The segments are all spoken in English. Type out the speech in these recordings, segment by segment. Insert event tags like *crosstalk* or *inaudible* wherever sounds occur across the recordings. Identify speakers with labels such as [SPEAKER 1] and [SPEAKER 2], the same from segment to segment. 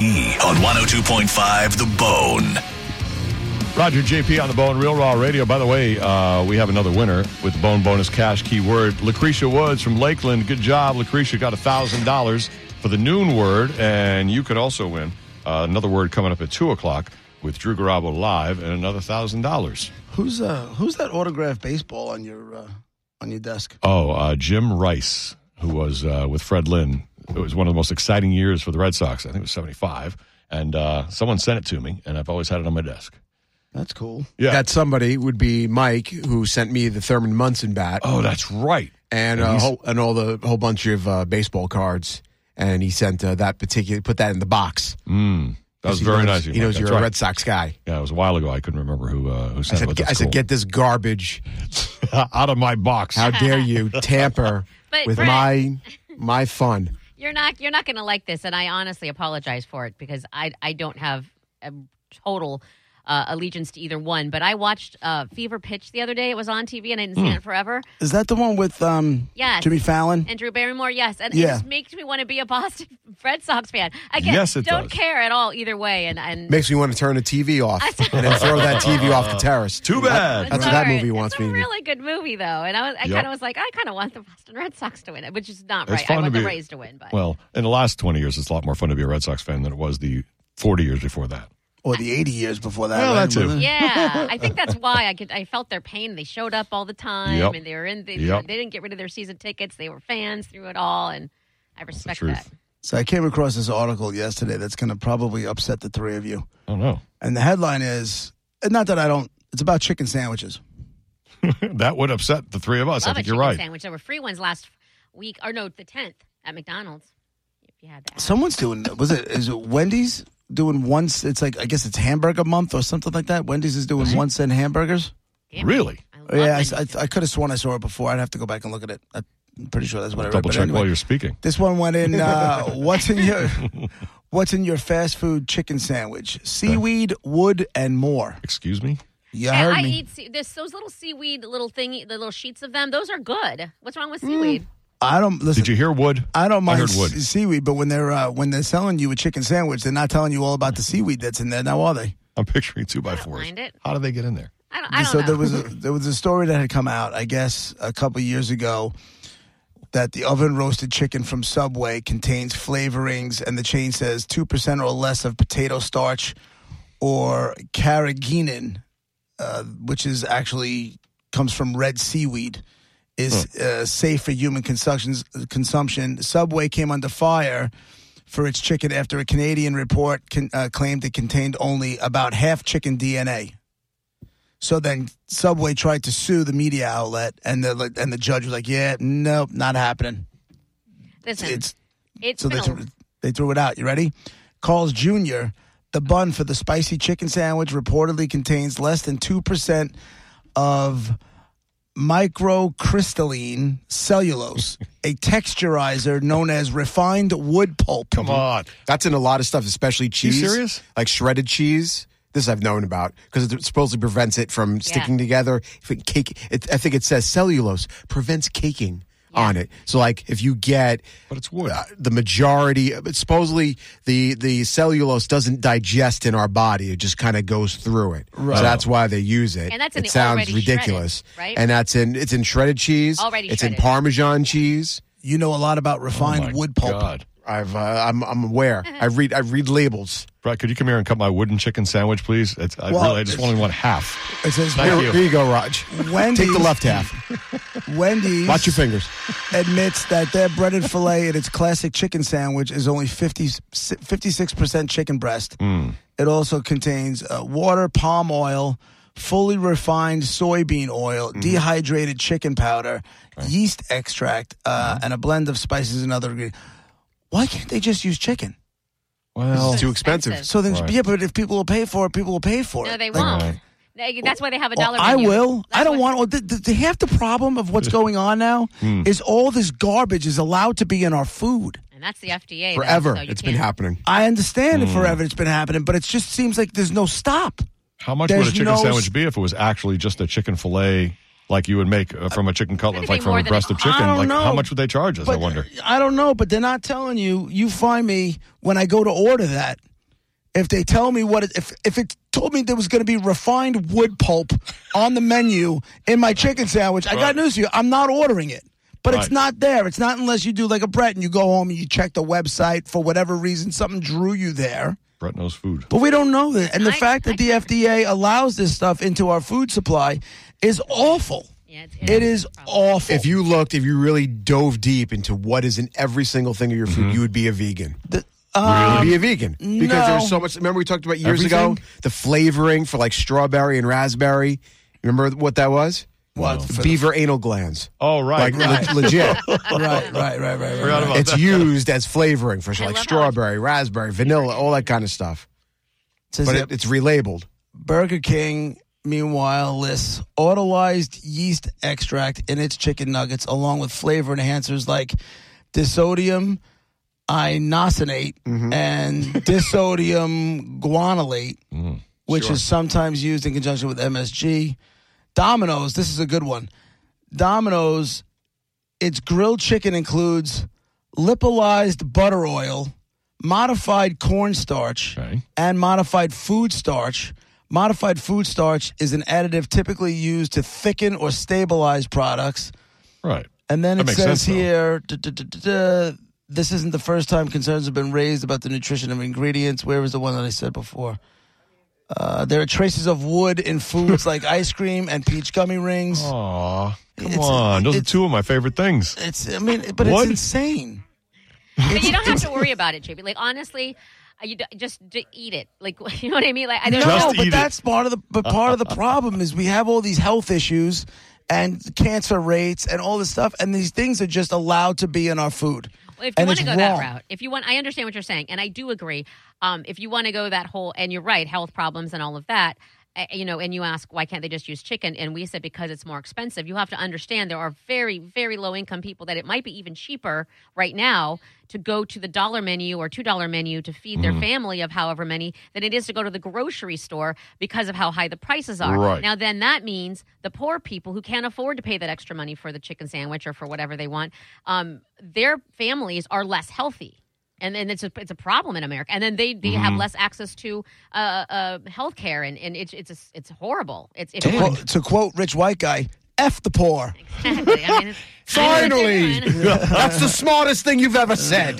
[SPEAKER 1] E on 102.5 The Bone.
[SPEAKER 2] Roger JP on the Bone Real Raw Radio. By the way, uh, we have another winner with Bone Bonus Cash keyword. Lucretia Woods from Lakeland. Good job, Lucretia. Got thousand dollars for the noon word, and you could also win uh, another word coming up at two o'clock with Drew Garabo live, and another thousand dollars.
[SPEAKER 3] Who's uh who's that autographed baseball on your uh, on your desk?
[SPEAKER 2] Oh, uh, Jim Rice, who was uh, with Fred Lynn. It was one of the most exciting years for the Red Sox. I think it was '75, and uh, someone sent it to me, and I've always had it on my desk.
[SPEAKER 3] That's cool.
[SPEAKER 2] Yeah.
[SPEAKER 4] That somebody would be Mike, who sent me the Thurman Munson bat
[SPEAKER 2] oh, that's right.
[SPEAKER 4] and a
[SPEAKER 2] and he's-
[SPEAKER 4] whole, and all the whole bunch of uh, baseball cards. And he sent uh, that particular put that in the box.
[SPEAKER 2] That was
[SPEAKER 4] He
[SPEAKER 2] very
[SPEAKER 4] knows-
[SPEAKER 2] nice. of you,
[SPEAKER 4] He
[SPEAKER 2] Mike.
[SPEAKER 4] knows
[SPEAKER 2] That's
[SPEAKER 4] you're a
[SPEAKER 2] right.
[SPEAKER 4] Red Sox guy.
[SPEAKER 2] Yeah, it was a while ago. I couldn't remember who uh, who
[SPEAKER 4] I
[SPEAKER 2] sent it.
[SPEAKER 4] said,
[SPEAKER 2] but that's
[SPEAKER 4] I said,
[SPEAKER 2] cool.
[SPEAKER 4] get this garbage.
[SPEAKER 2] *laughs* out of my box.
[SPEAKER 5] *laughs*
[SPEAKER 4] How dare you tamper
[SPEAKER 5] But
[SPEAKER 4] with
[SPEAKER 5] Brett- *laughs*
[SPEAKER 4] my my fun?
[SPEAKER 5] You're not you're not going to like this, and I honestly apologize for it because I I don't have a total uh, allegiance to either one. But I watched uh, Fever Pitch the other day. It was on TV, and I didn't see it forever.
[SPEAKER 3] Is that the one with um
[SPEAKER 5] Yes.
[SPEAKER 3] Jimmy Fallon?
[SPEAKER 5] And Drew Barrymore, yes, and
[SPEAKER 3] Yeah.
[SPEAKER 5] it just makes me want to be a Boston *laughs* Red Sox fan. Again,
[SPEAKER 2] Yes, it
[SPEAKER 5] don't
[SPEAKER 2] does.
[SPEAKER 5] care at all either way. And and
[SPEAKER 4] Makes me want to turn the TV
[SPEAKER 5] *laughs*
[SPEAKER 4] off and then throw that TV off
[SPEAKER 2] *laughs*
[SPEAKER 4] the terrace.
[SPEAKER 2] Too
[SPEAKER 5] But
[SPEAKER 2] bad.
[SPEAKER 4] That's what that
[SPEAKER 5] sorry,
[SPEAKER 4] movie wants
[SPEAKER 5] it's
[SPEAKER 4] me
[SPEAKER 5] a
[SPEAKER 4] to do.
[SPEAKER 5] really good movie, though, and I was I
[SPEAKER 2] Yep.
[SPEAKER 5] kind of was like, I kind of want the Boston Red Sox to win it, which is not
[SPEAKER 2] It's
[SPEAKER 5] right. I
[SPEAKER 2] fun to
[SPEAKER 5] want
[SPEAKER 2] be-
[SPEAKER 5] the Rays to win, but
[SPEAKER 2] Well, in the last 20 years, it's a lot more fun to be a Red Sox fan than it was the 40 years before that.
[SPEAKER 3] Or the eighty years before that?
[SPEAKER 2] Well,
[SPEAKER 3] right?
[SPEAKER 2] that too.
[SPEAKER 5] yeah, I think
[SPEAKER 3] *laughs*
[SPEAKER 5] that's why I could. I felt their pain. They showed up all the time,
[SPEAKER 2] Yep.
[SPEAKER 5] and they were in. They,
[SPEAKER 2] Yep.
[SPEAKER 5] they didn't get rid of their season tickets. They were fans through it all, and I respect that.
[SPEAKER 2] truth.
[SPEAKER 3] So I came across this article yesterday that's going to probably upset the three of you.
[SPEAKER 2] I don't know.
[SPEAKER 3] And the headline is and not that I don't. It's about chicken sandwiches.
[SPEAKER 2] that would upset the three of us. I
[SPEAKER 5] Love a
[SPEAKER 2] think you're
[SPEAKER 5] chicken
[SPEAKER 2] right.
[SPEAKER 5] sandwich. There were free ones last week, or no, the tenth at McDonald's. If you had that,
[SPEAKER 3] Someone's doing. Was it? Is it Wendy's doing one? It's like I guess it's hamburger month or something like that. Wendy's is doing one cent hamburgers.
[SPEAKER 5] Damn it.
[SPEAKER 2] Really?
[SPEAKER 5] I love
[SPEAKER 3] Yeah, I,
[SPEAKER 5] Wendy's.
[SPEAKER 3] I, I could have sworn I saw it before. I'd have to go back and look at it. I'm pretty sure that's what I read.
[SPEAKER 2] Double
[SPEAKER 3] but
[SPEAKER 2] check
[SPEAKER 3] anyway.
[SPEAKER 2] while you're speaking.
[SPEAKER 3] This one went in.
[SPEAKER 2] *laughs*
[SPEAKER 3] Uh, what's in your What's in your fast food chicken sandwich? Seaweed, wood, and more.
[SPEAKER 2] Excuse me?
[SPEAKER 3] You
[SPEAKER 5] Hey,
[SPEAKER 3] heard
[SPEAKER 5] I
[SPEAKER 3] me.
[SPEAKER 5] eat sea- this, those little seaweed little thingy, the little sheets of them. Those are good. What's wrong with
[SPEAKER 3] Hmm.
[SPEAKER 5] seaweed?
[SPEAKER 3] I don't listen.
[SPEAKER 2] Did you hear wood?
[SPEAKER 3] I don't
[SPEAKER 2] I
[SPEAKER 3] mind
[SPEAKER 2] heard wood.
[SPEAKER 3] se- seaweed, but when they're uh, when they're selling you a chicken sandwich, they're not telling you all about the seaweed that's in there. Now are they?
[SPEAKER 2] I'm picturing two by fours.
[SPEAKER 5] mind it.
[SPEAKER 2] How do they get in there?
[SPEAKER 5] I don't, I don't
[SPEAKER 3] so
[SPEAKER 5] know.
[SPEAKER 3] there was a, there was a story that had come out, I guess, a couple years ago, that the oven roasted chicken from Subway contains flavorings, and the chain says two percent or less of potato starch or carrageenan, uh, which is actually comes from red seaweed, is
[SPEAKER 5] Hmm.
[SPEAKER 3] uh, safe for human consumption. Consumption. Subway came under fire. For its chicken, after a Canadian report con- uh, claimed it contained only about half chicken DNA. So then Subway tried to sue the media outlet, and the like, and the judge was like, "Yeah, nope, not happening."
[SPEAKER 5] Listen,
[SPEAKER 3] It's
[SPEAKER 5] it's
[SPEAKER 3] so
[SPEAKER 5] been
[SPEAKER 3] they
[SPEAKER 5] a-
[SPEAKER 3] threw, they threw it out. You ready? Carl's Jr. The bun for the spicy chicken sandwich reportedly contains less than two percent of microcrystalline
[SPEAKER 2] *laughs*
[SPEAKER 3] cellulose, a texturizer known as refined wood pulp.
[SPEAKER 2] Come on.
[SPEAKER 4] That's in a lot of stuff, especially cheese.
[SPEAKER 2] serious?
[SPEAKER 4] Like shredded cheese. This I've known about because it supposedly prevents it from sticking together. If it cake, it, I think it says cellulose prevents caking on it. So like if you get
[SPEAKER 2] But it's wood.
[SPEAKER 4] uh, the majority, but supposedly the the cellulose doesn't digest in our body; it just kind of goes through it. Right. So that's why they use it.
[SPEAKER 5] And that's in
[SPEAKER 4] it
[SPEAKER 5] the
[SPEAKER 4] sounds
[SPEAKER 5] already
[SPEAKER 4] ridiculous,
[SPEAKER 5] shredded, right?
[SPEAKER 4] And that's in it's in shredded cheese.
[SPEAKER 5] Already
[SPEAKER 4] it's in
[SPEAKER 5] shredded.
[SPEAKER 4] Parmesan cheese.
[SPEAKER 3] You know a lot about refined
[SPEAKER 2] Oh My
[SPEAKER 3] wood pulp.
[SPEAKER 2] God.
[SPEAKER 4] I've uh, I'm
[SPEAKER 5] *laughs*
[SPEAKER 4] I'm aware. I read I read labels.
[SPEAKER 2] Brett, could you come here and cut my wooden chicken sandwich, please? It's, I,
[SPEAKER 3] Well,
[SPEAKER 2] really, I just
[SPEAKER 3] it's-
[SPEAKER 2] only want half.
[SPEAKER 3] It says
[SPEAKER 2] Thank
[SPEAKER 4] Here,
[SPEAKER 2] you.
[SPEAKER 4] here you go, Raj.
[SPEAKER 3] Wendy's-
[SPEAKER 4] Take the left half.
[SPEAKER 3] Wendy's.
[SPEAKER 4] Watch your fingers.
[SPEAKER 3] admits that their breaded fillet in its classic chicken sandwich is only 50, 56% chicken breast.
[SPEAKER 2] Hmm.
[SPEAKER 3] It also contains uh, water, palm oil, fully refined soybean oil,
[SPEAKER 2] Mm-hmm.
[SPEAKER 3] dehydrated chicken powder, yeast
[SPEAKER 2] Mm-hmm.
[SPEAKER 3] extract, uh, and a blend of spices and other ingredients. Why can't they just use chicken?
[SPEAKER 4] It's
[SPEAKER 2] Well,
[SPEAKER 4] too expensive.
[SPEAKER 5] expensive.
[SPEAKER 3] So then,
[SPEAKER 2] Right.
[SPEAKER 3] yeah, but if people will pay for it, people will pay for it.
[SPEAKER 5] No, they
[SPEAKER 3] Like,
[SPEAKER 5] won't.
[SPEAKER 2] Right.
[SPEAKER 5] They- That's why they have a
[SPEAKER 3] well,
[SPEAKER 5] dollar.
[SPEAKER 3] I
[SPEAKER 5] menu.
[SPEAKER 3] will.
[SPEAKER 5] That's
[SPEAKER 3] I don't
[SPEAKER 5] why-
[SPEAKER 3] want. well, The, the, the- half the problem of what's going on now is all this garbage is allowed to be in our food.
[SPEAKER 5] And that's the FDA. though,
[SPEAKER 4] Forever,
[SPEAKER 5] so you
[SPEAKER 4] it's been
[SPEAKER 5] can't-
[SPEAKER 4] happening.
[SPEAKER 3] I understand it forever. It's been happening, but it just seems like there's no stop.
[SPEAKER 2] how much would a
[SPEAKER 3] There's
[SPEAKER 2] chicken
[SPEAKER 3] no
[SPEAKER 2] sandwich
[SPEAKER 3] s-
[SPEAKER 2] be if it was actually just a chicken fillet, like you would make uh, from a chicken cutlet,
[SPEAKER 5] It'd
[SPEAKER 2] like
[SPEAKER 5] be
[SPEAKER 2] from
[SPEAKER 5] more
[SPEAKER 2] a
[SPEAKER 5] than
[SPEAKER 2] breast
[SPEAKER 5] a-
[SPEAKER 2] of chicken?
[SPEAKER 3] I don't
[SPEAKER 2] Like how
[SPEAKER 3] know,
[SPEAKER 2] much would they charge us? I wonder.
[SPEAKER 3] I don't know, but they're not telling you. You find me when I go to order that. If they tell me what it, if if it told me there was going to be refined wood pulp on the menu in my chicken sandwich, I got news for you. I'm not ordering it. But
[SPEAKER 2] Right.
[SPEAKER 3] it's not there. It's not unless you do like a Brett and you go home and you check the website for whatever reason something drew you there.
[SPEAKER 2] Brett knows food.
[SPEAKER 3] But we don't know that. And the
[SPEAKER 5] I-
[SPEAKER 3] fact that the FDA allows this stuff into our food supply is awful.
[SPEAKER 5] Yeah, it's-
[SPEAKER 3] It is awful.
[SPEAKER 4] If you looked, if you really dove deep into what is in every single thing of your
[SPEAKER 2] Mm-hmm.
[SPEAKER 4] food, you would be a vegan.
[SPEAKER 3] The- *laughs* uh,
[SPEAKER 4] You'd be a vegan because
[SPEAKER 3] no.
[SPEAKER 4] there's so much. Remember we talked about years ago
[SPEAKER 2] Everything?
[SPEAKER 4] the flavoring for like strawberry and raspberry. Remember what that was?
[SPEAKER 3] What? For the-
[SPEAKER 4] Beaver anal glands.
[SPEAKER 2] Oh, right.
[SPEAKER 3] *laughs*
[SPEAKER 4] like le-
[SPEAKER 2] *laughs*
[SPEAKER 4] legit.
[SPEAKER 3] right, right, right, right, right. right.
[SPEAKER 2] Forgot about
[SPEAKER 4] it's
[SPEAKER 2] that.
[SPEAKER 4] used as flavoring for
[SPEAKER 5] I
[SPEAKER 4] like
[SPEAKER 5] love how-
[SPEAKER 4] strawberry, raspberry, vanilla, all that kind of stuff.
[SPEAKER 3] Says
[SPEAKER 4] But
[SPEAKER 3] that
[SPEAKER 4] it, it's relabeled.
[SPEAKER 3] Burger King, meanwhile, lists autolyzed yeast extract in its chicken nuggets, along with flavor enhancers like disodium inosinate and disodium guanylate, which is sometimes used in conjunction with MSG. Domino's, this is a good one. Domino's, its grilled chicken includes lipolyzed butter oil, modified cornstarch,
[SPEAKER 2] Okay.
[SPEAKER 3] and modified food starch. Modified food starch is an additive typically used to thicken or stabilize products.
[SPEAKER 2] Right.
[SPEAKER 3] And then
[SPEAKER 2] That
[SPEAKER 3] it
[SPEAKER 2] makes
[SPEAKER 3] says
[SPEAKER 2] sense, though.
[SPEAKER 3] here, duh, duh, duh, duh, duh, this isn't the first time concerns have been raised about the nutrition of ingredients. Where was the one that I said before? Uh, there are traces of wood in foods
[SPEAKER 2] *laughs*
[SPEAKER 3] like ice cream and peach gummy rings.
[SPEAKER 2] Oh. Aw, come
[SPEAKER 3] It's-
[SPEAKER 2] on. Those are
[SPEAKER 3] it's-
[SPEAKER 2] two of my favorite things.
[SPEAKER 3] It's, I mean, but
[SPEAKER 2] Wood?
[SPEAKER 3] it's insane.
[SPEAKER 5] But you don't have to worry about it, JP. Like honestly, uh, you d- just d- eat it. Like *laughs* you know what I mean? Like I don't
[SPEAKER 2] Just
[SPEAKER 3] no,
[SPEAKER 2] eat
[SPEAKER 3] but
[SPEAKER 2] it.
[SPEAKER 3] that's part of the but part of
[SPEAKER 2] *laughs*
[SPEAKER 3] the problem is we have all these health issues and cancer rates and all this stuff, and these things are just allowed to be in our food.
[SPEAKER 5] Well, if you
[SPEAKER 3] and
[SPEAKER 5] want to
[SPEAKER 3] it's
[SPEAKER 5] go
[SPEAKER 3] wrong.
[SPEAKER 5] that route, if you want, I understand what you're saying, and I do agree. Um, if you want to go that whole, and you're right, health problems and all of that, uh, you know, and you ask why can't they just use chicken, and we said because it's more expensive. You have to understand there are very, very low income people that it might be even cheaper right now to go to the dollar menu or two dollar menu to feed
[SPEAKER 2] Mm-hmm.
[SPEAKER 5] their family of however many than it is to go to the grocery store because of how high the prices are.
[SPEAKER 2] Right.
[SPEAKER 5] Now then that means the poor people who can't afford to pay that extra money for the chicken sandwich or for whatever they want, um, their families are less healthy. And then it's a, it's a problem in America. And then they, they have less access to uh, uh, health care. And, and it's, it's, a, it's horrible. *laughs* It's, it's
[SPEAKER 3] To quote, to quote Rich White Guy, F the poor.
[SPEAKER 5] Exactly. I mean, it's- I know what they're
[SPEAKER 4] Finally,
[SPEAKER 5] doing.
[SPEAKER 4] *laughs* that's the smartest thing you've ever said.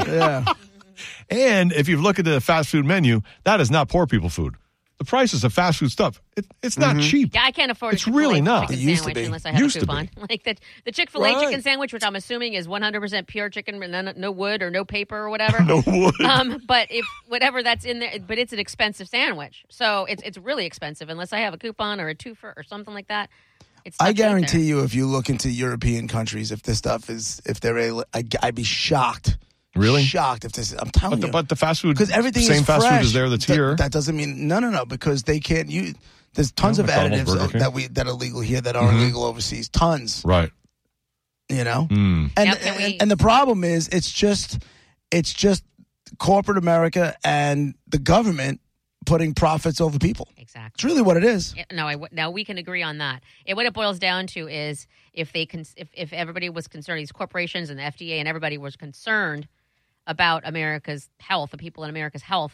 [SPEAKER 2] And if you look at the fast food menu, that is not poor people food. The prices of fast food stuff, it, it's not
[SPEAKER 3] Mm-hmm.
[SPEAKER 2] cheap.
[SPEAKER 5] Yeah, I can't afford.
[SPEAKER 2] It's
[SPEAKER 5] a Chick-fil-A
[SPEAKER 2] really not.
[SPEAKER 5] Chicken
[SPEAKER 3] It used to
[SPEAKER 5] sandwich
[SPEAKER 3] be.
[SPEAKER 5] unless I have
[SPEAKER 2] Used
[SPEAKER 5] a
[SPEAKER 2] to be.
[SPEAKER 5] coupon. *laughs* Like the the Chick Fil A
[SPEAKER 3] Right.
[SPEAKER 5] chicken sandwich, which I'm assuming is 100 percent pure chicken, and no, no wood or no paper or whatever.
[SPEAKER 3] *laughs*
[SPEAKER 2] No wood.
[SPEAKER 5] Um, but if whatever that's in there, but it's an expensive sandwich, so it's it's really expensive unless I have a coupon or a twofer or something like that. It's
[SPEAKER 3] I
[SPEAKER 5] tough to get
[SPEAKER 3] guarantee
[SPEAKER 5] there.
[SPEAKER 3] you, if you look into European countries, if this stuff is, if they're, a- I, would be shocked.
[SPEAKER 2] Really?
[SPEAKER 3] Shocked if this. I'm telling
[SPEAKER 2] But the,
[SPEAKER 3] you.
[SPEAKER 2] but the fast food,
[SPEAKER 3] because everything
[SPEAKER 2] same
[SPEAKER 3] is
[SPEAKER 2] fast
[SPEAKER 3] fresh.
[SPEAKER 2] food is there that's
[SPEAKER 3] That-
[SPEAKER 2] here.
[SPEAKER 3] That doesn't mean no, no, no. Because they can't use. There's tons of
[SPEAKER 2] McDonald's,
[SPEAKER 3] additives
[SPEAKER 2] Burger King. Mm-hmm.
[SPEAKER 3] that we that are legal here that are illegal overseas. Tons,
[SPEAKER 2] right.
[SPEAKER 3] you know.
[SPEAKER 2] Mm.
[SPEAKER 3] And,
[SPEAKER 5] Yep, and we-
[SPEAKER 3] and and the problem is, it's just, it's just corporate America and the government putting profits over people.
[SPEAKER 5] exactly.
[SPEAKER 3] It's really what it is.
[SPEAKER 5] Yeah, Eh, no, I w- now we can agree on that. And what it boils down to is if they cons- if if everybody was concerned, these corporations and the FDA and everybody was concerned about America's health, the people in America's health,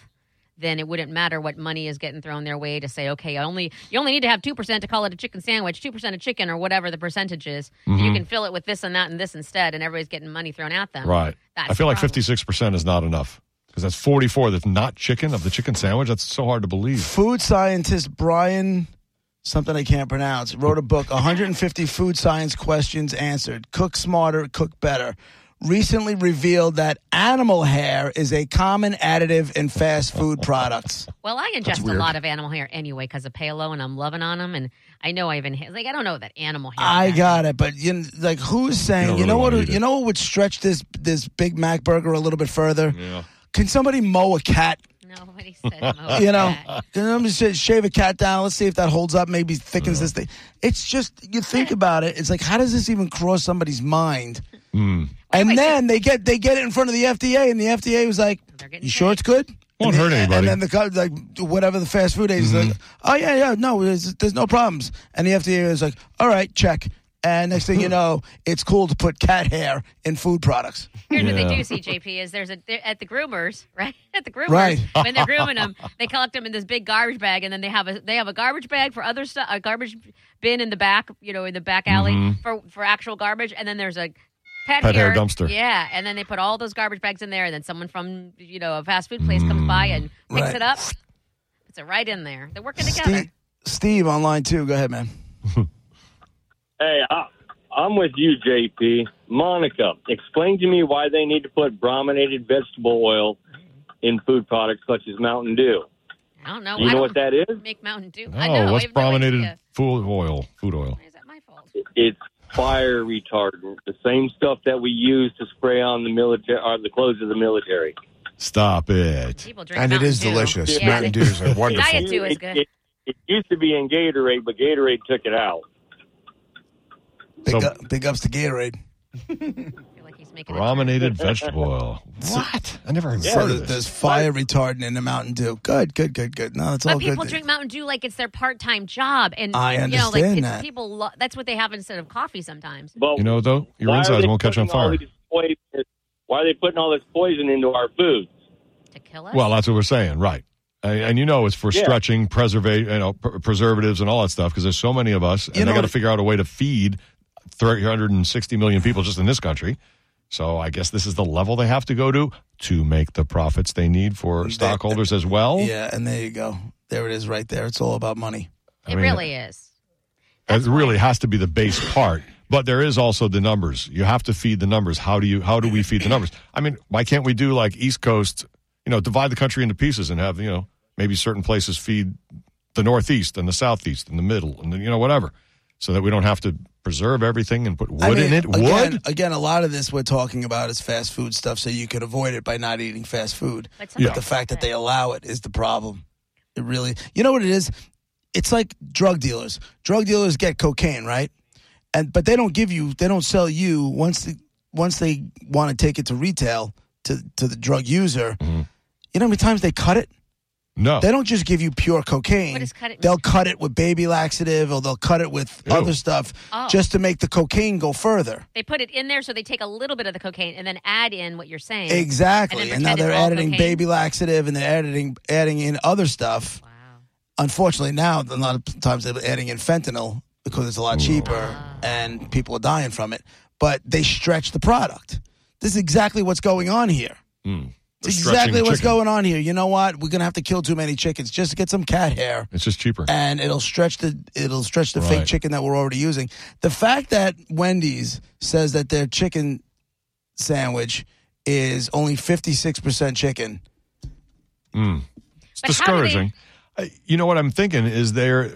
[SPEAKER 5] then it wouldn't matter what money is getting thrown their way to say, okay, I only you only need to have two percent to call it a chicken sandwich, two percent of chicken or whatever the percentage is. You can fill it with this and that and this instead, and everybody's getting money thrown at them.
[SPEAKER 2] Right.
[SPEAKER 5] That's
[SPEAKER 2] I feel
[SPEAKER 5] the
[SPEAKER 2] like
[SPEAKER 5] problem.
[SPEAKER 2] 56% is not enough because that's 44 that's not chicken of the chicken sandwich. That's so hard to believe.
[SPEAKER 3] food scientist Brian something I can't pronounce wrote a book 150 food science questions answered cook smarter cook better recently revealed that animal hair is a common additive in fast food products
[SPEAKER 5] Well, I ingest a lot of animal hair anyway because of Palo, and I'm loving on them. And I know I even like I don't know that animal hair.
[SPEAKER 3] I
[SPEAKER 5] bad.
[SPEAKER 3] got it but you like who's saying
[SPEAKER 2] don't
[SPEAKER 3] you know
[SPEAKER 2] really wanna
[SPEAKER 3] what
[SPEAKER 2] eat it.
[SPEAKER 3] you know what would stretch this this Big Mac burger a little bit further
[SPEAKER 2] Yeah.
[SPEAKER 3] Can somebody mow a cat?
[SPEAKER 5] Nobody
[SPEAKER 2] *laughs*
[SPEAKER 5] said no.
[SPEAKER 3] You
[SPEAKER 5] *laughs*
[SPEAKER 3] know, can somebody just shave a cat down? Let's see if that holds up. Maybe thickens this thing. It's just you think about it. It's like how does this even cross somebody's mind? And then they get they get it in front of the FDA, and the FDA was like,
[SPEAKER 5] They're getting
[SPEAKER 3] "You sure it's good?"
[SPEAKER 2] Won't
[SPEAKER 3] and
[SPEAKER 2] hurt
[SPEAKER 3] then,
[SPEAKER 2] anybody.
[SPEAKER 3] And then the co- like whatever the fast food agency, is like, "Oh yeah, yeah, no, there's, there's no problems." And the FDA is like, "All right, check." And next thing you know, it's cool to put cat hair in food products.
[SPEAKER 5] Here's what
[SPEAKER 2] Yeah.
[SPEAKER 5] they do, CJP, is there's a they're- at the groomers, *laughs* right? At the groomers,
[SPEAKER 3] Right.
[SPEAKER 5] when they're grooming them, they collect them in this big garbage bag, and then they have a they have a garbage bag for other stuff, a garbage bin in the back, you know, in the back alley for for actual garbage, and then there's a pet,
[SPEAKER 2] Mm-hmm. Pet hair dumpster.
[SPEAKER 5] Yeah, and then they put all those garbage bags in there, and then someone from you know a fast food place comes by and picks
[SPEAKER 3] Right.
[SPEAKER 5] it up. It's right in there. They're working together.
[SPEAKER 3] Steve, Steve online too. Go ahead, man.
[SPEAKER 6] Hey, I, I'm with you, JP. Monica, explain to me why they need to put brominated vegetable oil in food products such as Mountain Dew.
[SPEAKER 5] I don't know.
[SPEAKER 6] You
[SPEAKER 5] I
[SPEAKER 6] know
[SPEAKER 5] don't
[SPEAKER 6] what that is?
[SPEAKER 5] Make Mountain Dew. I know.
[SPEAKER 2] Oh,
[SPEAKER 5] I
[SPEAKER 2] what's
[SPEAKER 5] have no
[SPEAKER 2] brominated
[SPEAKER 5] idea.
[SPEAKER 2] food oil? Food oil.
[SPEAKER 5] Why is that my fault?
[SPEAKER 6] It's fire retardant, the same stuff that we use to spray on the military or the clothes of the military.
[SPEAKER 2] Stop it.
[SPEAKER 5] People drink
[SPEAKER 4] And it
[SPEAKER 5] Mountain
[SPEAKER 4] is
[SPEAKER 5] Dew.
[SPEAKER 4] delicious.
[SPEAKER 5] Yeah,
[SPEAKER 4] Mountain
[SPEAKER 5] they-
[SPEAKER 4] Dews are wonderful.
[SPEAKER 5] *laughs* Diet Dew is good.
[SPEAKER 6] It, it, it used to be in Gatorade, but Gatorade took it out.
[SPEAKER 3] Big,
[SPEAKER 2] So-
[SPEAKER 3] up, big ups to Gatorade.
[SPEAKER 5] I feel like he's making a *laughs*
[SPEAKER 2] Brominated vegetable oil. What? I never heard
[SPEAKER 3] So
[SPEAKER 2] of
[SPEAKER 3] th-
[SPEAKER 2] this.
[SPEAKER 3] there's fire retardant in the Mountain Dew. Good, good, good, good. No, it's all
[SPEAKER 5] But
[SPEAKER 3] good.
[SPEAKER 5] people drink Mountain Dew like it's their part-time job, and
[SPEAKER 3] I
[SPEAKER 5] you know,
[SPEAKER 3] understand
[SPEAKER 5] like
[SPEAKER 3] that.
[SPEAKER 5] It's, people lo- that's what they have instead of coffee sometimes.
[SPEAKER 6] But
[SPEAKER 2] You know, though, your
[SPEAKER 6] why are
[SPEAKER 2] insides
[SPEAKER 6] they
[SPEAKER 2] won't catch on
[SPEAKER 6] putting all
[SPEAKER 2] fire.
[SPEAKER 6] these poison- Why are they putting all this poison into our food?
[SPEAKER 5] To kill us.
[SPEAKER 2] Well, that's what we're saying, right? And- And you know, it's for
[SPEAKER 6] Yeah.
[SPEAKER 2] stretching, preserva- you know, pr- preservatives, and all that stuff because there's so many of us, and
[SPEAKER 3] You
[SPEAKER 2] they
[SPEAKER 3] know-
[SPEAKER 2] got to figure out a way to feed 360 million people just in this country. So I guess this is the level they have to go to to make the profits they need for stockholders as well.
[SPEAKER 3] Yeah, and there you go. There it is, right there. It's all about money.
[SPEAKER 5] it
[SPEAKER 2] mean,
[SPEAKER 5] really is.
[SPEAKER 2] It really has to be the base part. But there is also the numbers. You have to feed the numbers. How do you? How do we feed the numbers? I mean, why can't we do like East Coast? You know, divide the country into pieces and have you know maybe certain places feed the Northeast and the Southeast and the Middle and the, you know whatever, so that we don't have to preserve everything and put wood
[SPEAKER 3] I mean,
[SPEAKER 2] in it.
[SPEAKER 3] Again,
[SPEAKER 2] wood.
[SPEAKER 3] again, a lot of this we're talking about is fast food stuff, so you could avoid it by not eating fast food.
[SPEAKER 5] But
[SPEAKER 2] Yeah.
[SPEAKER 3] But the fact that they allow it is the problem. It really, you know what it is? It's like drug dealers. Drug dealers get cocaine, right? And but they don't give you, they don't sell you once the, once they want to take it to retail to to the drug user.
[SPEAKER 2] Mm-hmm.
[SPEAKER 3] You know how many times they cut it?
[SPEAKER 2] No,
[SPEAKER 3] They don't just give you pure cocaine.
[SPEAKER 5] What does cut it
[SPEAKER 3] they'll cut it with baby laxative or they'll cut it with
[SPEAKER 2] Ew.
[SPEAKER 3] other stuff
[SPEAKER 5] Oh.
[SPEAKER 3] just to make the cocaine go further.
[SPEAKER 5] They put it in there so they take a little bit of the cocaine and then add in what you're saying.
[SPEAKER 3] Exactly.
[SPEAKER 5] And
[SPEAKER 3] And,
[SPEAKER 5] then
[SPEAKER 3] now
[SPEAKER 5] pretend it's
[SPEAKER 3] they're
[SPEAKER 5] all
[SPEAKER 3] adding
[SPEAKER 5] cocaine.
[SPEAKER 3] baby laxative and they're adding adding in other stuff.
[SPEAKER 5] Wow.
[SPEAKER 3] Unfortunately, now a lot of times they're adding in fentanyl because it's a lot cheaper
[SPEAKER 5] Ah.
[SPEAKER 3] and people are dying from it. But they stretch the product. This is exactly what's going on here.
[SPEAKER 2] They're
[SPEAKER 3] It's
[SPEAKER 2] stretching
[SPEAKER 3] exactly what's
[SPEAKER 2] chicken.
[SPEAKER 3] going on here. You know what? We're gonna have to kill too many chickens just to get some cat hair.
[SPEAKER 2] It's just cheaper.
[SPEAKER 3] and it'll stretch the it'll stretch the
[SPEAKER 2] Right.
[SPEAKER 3] fake chicken that we're already using. The fact that Wendy's says that their chicken sandwich is only fifty six percent chicken.
[SPEAKER 2] It's
[SPEAKER 5] But how do they-
[SPEAKER 2] discouraging. I- you know what I'm thinking is there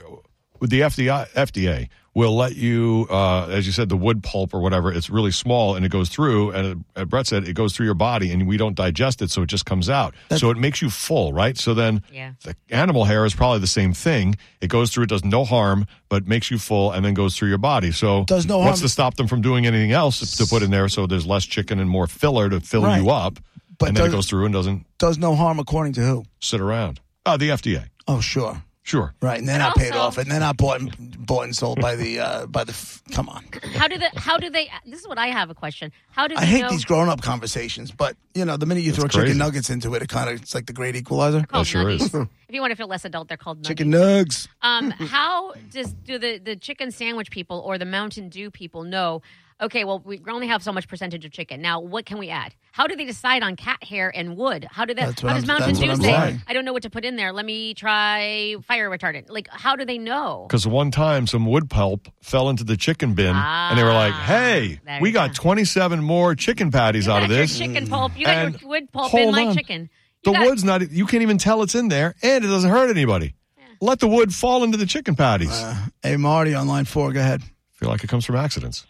[SPEAKER 2] with the FDA FDA will let you uh, as you said the wood pulp or whatever it's really small and it goes through and uh, Brett said it goes through your body and we don't digest it so it just comes out so it makes you full right so then
[SPEAKER 5] Yeah.
[SPEAKER 2] the animal hair is probably the same thing it goes through it does no harm but makes you full and then goes through your body so
[SPEAKER 3] Does no
[SPEAKER 2] what's
[SPEAKER 3] harm.
[SPEAKER 2] to stop them from doing anything else to put in there so there's less chicken and more filler to fill
[SPEAKER 3] Right.
[SPEAKER 2] you up
[SPEAKER 3] But
[SPEAKER 2] and then it
[SPEAKER 3] does-
[SPEAKER 2] goes through and doesn't
[SPEAKER 3] Does no harm according to who?
[SPEAKER 2] sit around uh, the FDA
[SPEAKER 3] Oh sure.
[SPEAKER 2] sure
[SPEAKER 3] Right, and they're not paid
[SPEAKER 5] also-
[SPEAKER 3] off, and they're not bought and, bought and sold by the uh, by the. F- come on,
[SPEAKER 5] How do the how do they? This is what I have a question. How do
[SPEAKER 3] I
[SPEAKER 5] they
[SPEAKER 3] hate
[SPEAKER 5] know,
[SPEAKER 3] these grown up conversations, but you know, the minute you throw
[SPEAKER 2] crazy.
[SPEAKER 3] chicken nuggets into it, it kind of it's like the great equalizer.
[SPEAKER 5] called
[SPEAKER 2] That sure
[SPEAKER 5] nuggies.
[SPEAKER 3] *laughs*
[SPEAKER 2] is.
[SPEAKER 5] if you want to feel less adult, they're called nuggies.
[SPEAKER 3] Chicken nugs.
[SPEAKER 5] Um, how does do the the chicken sandwich people or the Mountain Dew people know? Okay, well, we only have so much percentage of chicken. Now, what can we add? How do they decide on cat hair and wood? How do that?
[SPEAKER 3] That's what
[SPEAKER 5] How does
[SPEAKER 3] I'm-
[SPEAKER 5] Mountain
[SPEAKER 3] that's what
[SPEAKER 5] Dew
[SPEAKER 3] I'm
[SPEAKER 5] say?
[SPEAKER 3] saying.
[SPEAKER 5] I don't know what to put in there. Let me try fire retardant. Like, how do they know?
[SPEAKER 2] Because one time some wood pulp fell into the chicken bin, and they were like,
[SPEAKER 5] Ah,
[SPEAKER 2] "Hey,
[SPEAKER 5] there
[SPEAKER 2] we
[SPEAKER 5] you
[SPEAKER 2] got
[SPEAKER 5] go.
[SPEAKER 2] 27 more chicken patties
[SPEAKER 5] You
[SPEAKER 2] out
[SPEAKER 5] got
[SPEAKER 2] of
[SPEAKER 5] your
[SPEAKER 2] this.
[SPEAKER 5] chicken pulp. You got
[SPEAKER 2] And
[SPEAKER 5] your wood pulp
[SPEAKER 2] hold
[SPEAKER 5] in my
[SPEAKER 2] on.
[SPEAKER 5] chicken.
[SPEAKER 2] The
[SPEAKER 5] You got-
[SPEAKER 2] wood's not. e, You can't even tell it's in there, and it doesn't hurt anybody. Let the wood fall into the chicken patties.
[SPEAKER 3] Uh, Hey Marty, on line four, go ahead.
[SPEAKER 2] feel like it comes from accidents.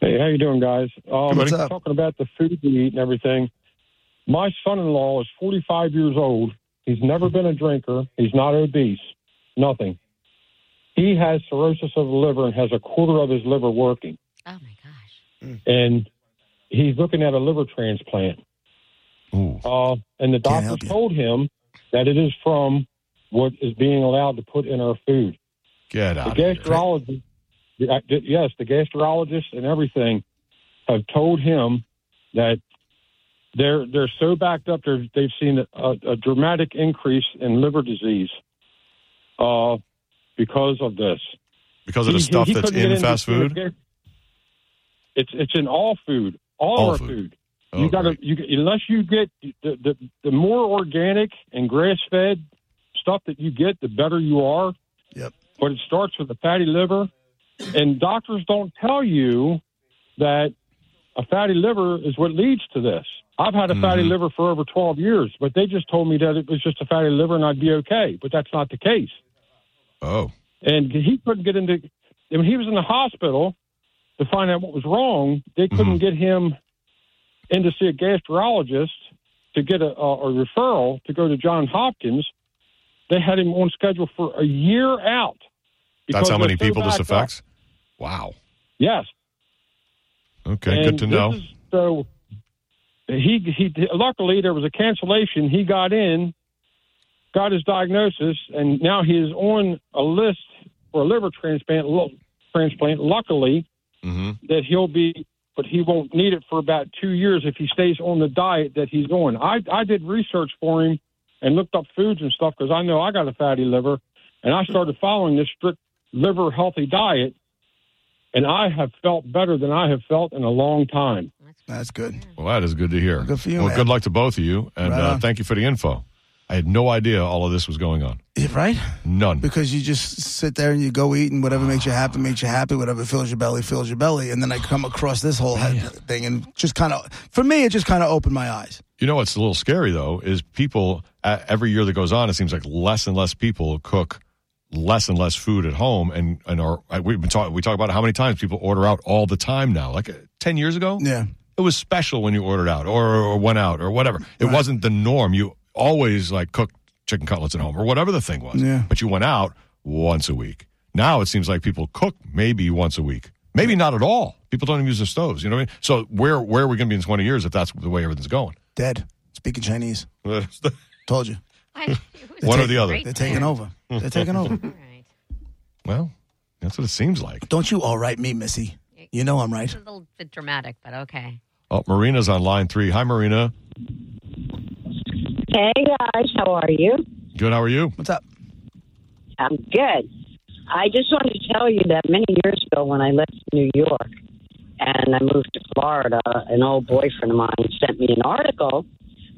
[SPEAKER 7] Hey, how you doing, guys?
[SPEAKER 2] Hey,
[SPEAKER 7] Um,
[SPEAKER 2] buddy.
[SPEAKER 3] What's up?
[SPEAKER 7] Talking about the food we eat and everything. My son in law is 45 years old. He's never been a drinker. He's not obese, nothing. He has cirrhosis of the liver and has a quarter of his liver working.
[SPEAKER 5] Oh my gosh.
[SPEAKER 7] And he's looking at a liver transplant.
[SPEAKER 2] Ooh.
[SPEAKER 7] Uh, and the
[SPEAKER 3] Can't
[SPEAKER 7] doctor
[SPEAKER 3] help you.
[SPEAKER 7] told him that it is from what is being allowed to put in our food.
[SPEAKER 2] Get out
[SPEAKER 7] The
[SPEAKER 2] of here.
[SPEAKER 7] gastrologist, the- uh, the- yes, the gastrologist and everything have told him that they're they're so backed up. They're, they've seen a, a dramatic increase in liver disease uh, because of this.
[SPEAKER 2] Because of the
[SPEAKER 7] He- he-
[SPEAKER 2] stuff
[SPEAKER 7] he
[SPEAKER 2] that's
[SPEAKER 7] couldn't get
[SPEAKER 2] in
[SPEAKER 7] into
[SPEAKER 2] fast food?
[SPEAKER 7] It's it's in all food, all,
[SPEAKER 2] All
[SPEAKER 7] our
[SPEAKER 2] food.
[SPEAKER 7] food.
[SPEAKER 2] Oh,
[SPEAKER 7] you got to
[SPEAKER 2] great.
[SPEAKER 7] you unless you get the, the the more organic and grass fed stuff that you get, the better you are.
[SPEAKER 3] Yep.
[SPEAKER 7] But it starts with a fatty liver, and doctors don't tell you that a fatty liver is what leads to this. I've had a fatty
[SPEAKER 2] Mhm.
[SPEAKER 7] liver for over 12 years, but they just told me that it was just a fatty liver and I'd be okay. But that's not the case
[SPEAKER 2] Oh.
[SPEAKER 7] and he couldn't get into. When he was in the hospital to find out what was wrong, they
[SPEAKER 2] Mm-hmm.
[SPEAKER 7] couldn't get him in to see a gastrologist to get a, a, a referral to go to John Hopkins. They had him on schedule for a year out.
[SPEAKER 2] That's
[SPEAKER 7] because
[SPEAKER 2] how many
[SPEAKER 7] they're so
[SPEAKER 2] people this
[SPEAKER 7] backed up.
[SPEAKER 2] affects? Wow.
[SPEAKER 7] Yes.
[SPEAKER 2] Okay,
[SPEAKER 7] And
[SPEAKER 2] good to
[SPEAKER 7] this
[SPEAKER 2] know.
[SPEAKER 7] is- so he he luckily there was a cancellation. He got in, got his diagnosis, and now he is on a list for a liver transplant. lu- Transplant. Luckily
[SPEAKER 2] hmm
[SPEAKER 7] that he'll be, but he won't need it for about two years if he stays on the diet that he's on. I I did research for him and looked up foods and stuff because I know I got a fatty liver, and I started following this strict liver healthy diet. And I have felt better than I have felt in a long time.
[SPEAKER 3] That's good.
[SPEAKER 2] Well, that is good to hear.
[SPEAKER 3] Good for you,
[SPEAKER 2] Well,
[SPEAKER 3] man.
[SPEAKER 2] good luck to both of you, and
[SPEAKER 3] Right
[SPEAKER 2] uh,
[SPEAKER 3] on.
[SPEAKER 2] thank you for the info. I had no idea all of this was going on.
[SPEAKER 3] Yeah, Right?
[SPEAKER 2] None.
[SPEAKER 3] Because you just sit there and you go eat, and whatever makes you happy makes you happy. Whatever fills your belly fills your belly. And then I come across this whole head thing, and just kind of, for me, it just kind of opened my eyes.
[SPEAKER 2] You know what's a little scary though is people uh, every year that goes on, it seems like less and less people cook less and less food at home, and and are I- we've been talking we talk about how many times people order out all the time now. Like uh, ten years ago,
[SPEAKER 3] Yeah.
[SPEAKER 2] it was special when you ordered out or, or went out or whatever. It wasn't the norm. You always like cooked chicken cutlets at home or whatever the thing was.
[SPEAKER 3] Yeah.
[SPEAKER 2] But you went out once a week. Now it seems like people cook maybe once a week. Maybe not at all. People don't even use their stoves. You know what I mean? So where where are we going to be in twenty years if that's the way everything's going?
[SPEAKER 3] Dead. Speaking Chinese. Told you.
[SPEAKER 5] *laughs* I,
[SPEAKER 2] One or the other.
[SPEAKER 3] They're taking over. They're taking *laughs* over.
[SPEAKER 5] All right.
[SPEAKER 2] Well, that's what it seems like.
[SPEAKER 3] Don't you all right me, Missy. You know I'm right.
[SPEAKER 5] It's a little bit dramatic, but okay.
[SPEAKER 2] Oh, Marina's on line three. Hi, Marina.
[SPEAKER 8] Hey guys, how are you?
[SPEAKER 2] Good. How are you?
[SPEAKER 3] What's up?
[SPEAKER 8] I'm good. I just wanted to tell you that many years ago when I left New York and I moved to Florida, an old boyfriend of mine sent me an article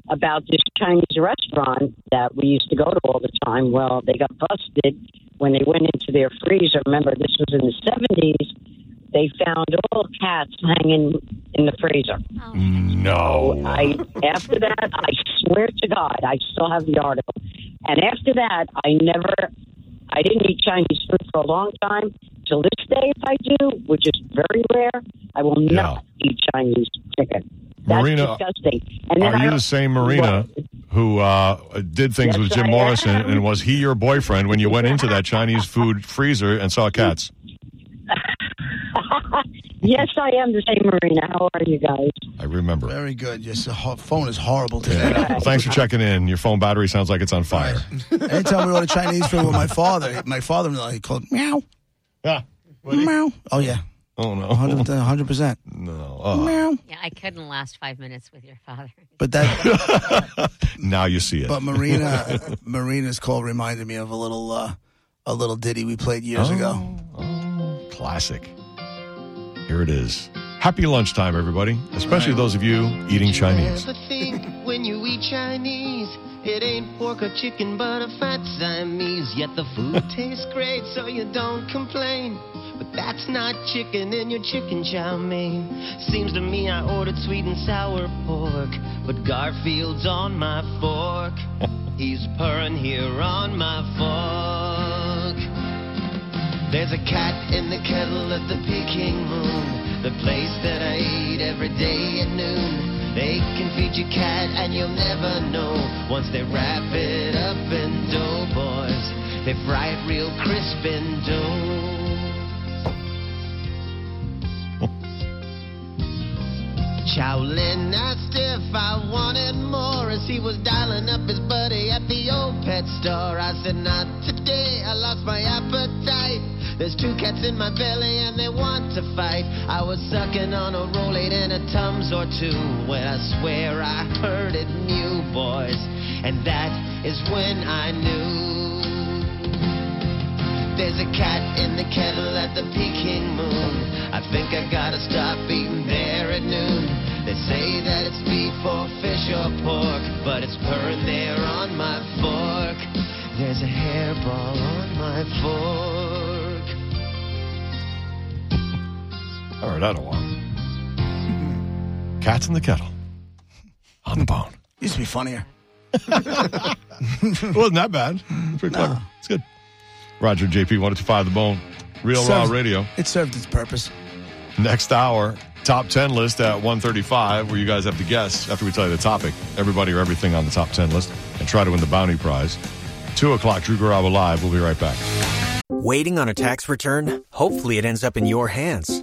[SPEAKER 8] about this Chinese restaurant that we used to go to all the time. Well, they got busted when they went into their freezer. Remember, this was in the 70s. They found all cats hanging in the freezer.
[SPEAKER 2] No.
[SPEAKER 8] I after that, I swear to God, I still have the article. And after that, I never, I didn't eat Chinese food for a long time. Till this day, if I do, which is very rare, I will
[SPEAKER 2] Yeah.
[SPEAKER 8] not eat Chinese chicken. That's
[SPEAKER 2] Marina, uh,
[SPEAKER 8] disgusting. And then
[SPEAKER 2] Are
[SPEAKER 8] I
[SPEAKER 2] you the same Marina who uh, did things
[SPEAKER 8] Yes,
[SPEAKER 2] with Jim
[SPEAKER 8] I
[SPEAKER 2] Morrison,
[SPEAKER 8] am.
[SPEAKER 2] and was he your boyfriend when you went into that Chinese food freezer and saw cats?
[SPEAKER 8] yes, I am the same Marina. How are you guys?
[SPEAKER 2] I remember.
[SPEAKER 3] Very good. Your s- ho- phone is horrible today.
[SPEAKER 2] Yeah. Thanks for checking in. Your phone battery sounds like it's on fire.
[SPEAKER 3] *laughs* Anytime we order Chinese food with my father, my father-in-law, he called meow,
[SPEAKER 2] Ah,
[SPEAKER 3] meow. Oh yeah,
[SPEAKER 2] oh no!
[SPEAKER 3] 100 percent
[SPEAKER 2] No. Oh.
[SPEAKER 3] meow.
[SPEAKER 5] Yeah, I couldn't last five minutes with your father.
[SPEAKER 3] But that,
[SPEAKER 2] Now you see it.
[SPEAKER 3] but Marina, *laughs* Marina's call reminded me of a little, uh, a little ditty we played years ago.
[SPEAKER 2] Oh, classic. Here it is. Happy lunchtime, everybody, especially those of you eating Chinese.
[SPEAKER 9] Ever think when you eat Chinese, it ain't pork or chicken but a fat Siamese. Yet the food tastes great, so you don't complain. But that's not chicken in your chicken chow mein. Seems to me I ordered sweet and sour pork, but Garfield's on my fork. He's purring here on my fork. There's a cat in the kettle at the Peking Moon, the place that I eat every day at noon. They can feed your cat and you'll never know. Once they wrap it up in dough, boys, they fry it real crisp in dough. Shaolin that stiff, I wanted more as he was dialing up his buddy at the old pet store. I said, Not today, I lost my appetite. There's two cats in my belly and they want to fight. I was sucking on a Rolade and a Tums or two when I swear I heard it new, boys. And that is when I knew. There's a cat in the kettle at the Peking Moon. I think I gotta stop eating there at noon. They say that it's beef or fish or pork, but it's purring there on my fork. There's a hairball on my fork.
[SPEAKER 2] All right, I don't want. it. Cats in the kettle. On the bone.
[SPEAKER 3] Used to be funnier.
[SPEAKER 2] It wasn't that bad. Pretty clever. It's good. Roger JP 1025 The Bone. Real Raw
[SPEAKER 3] Served-
[SPEAKER 2] Radio.
[SPEAKER 3] It served its purpose.
[SPEAKER 2] Next hour, top 10 list at 135, where you guys have to guess after we tell you the topic, everybody or everything on the top 10 list, and try to win the bounty prize. 2 o'clock, Drew Garabo Live. We'll be right back.
[SPEAKER 10] Waiting on a tax return? Hopefully, it ends up in your hands.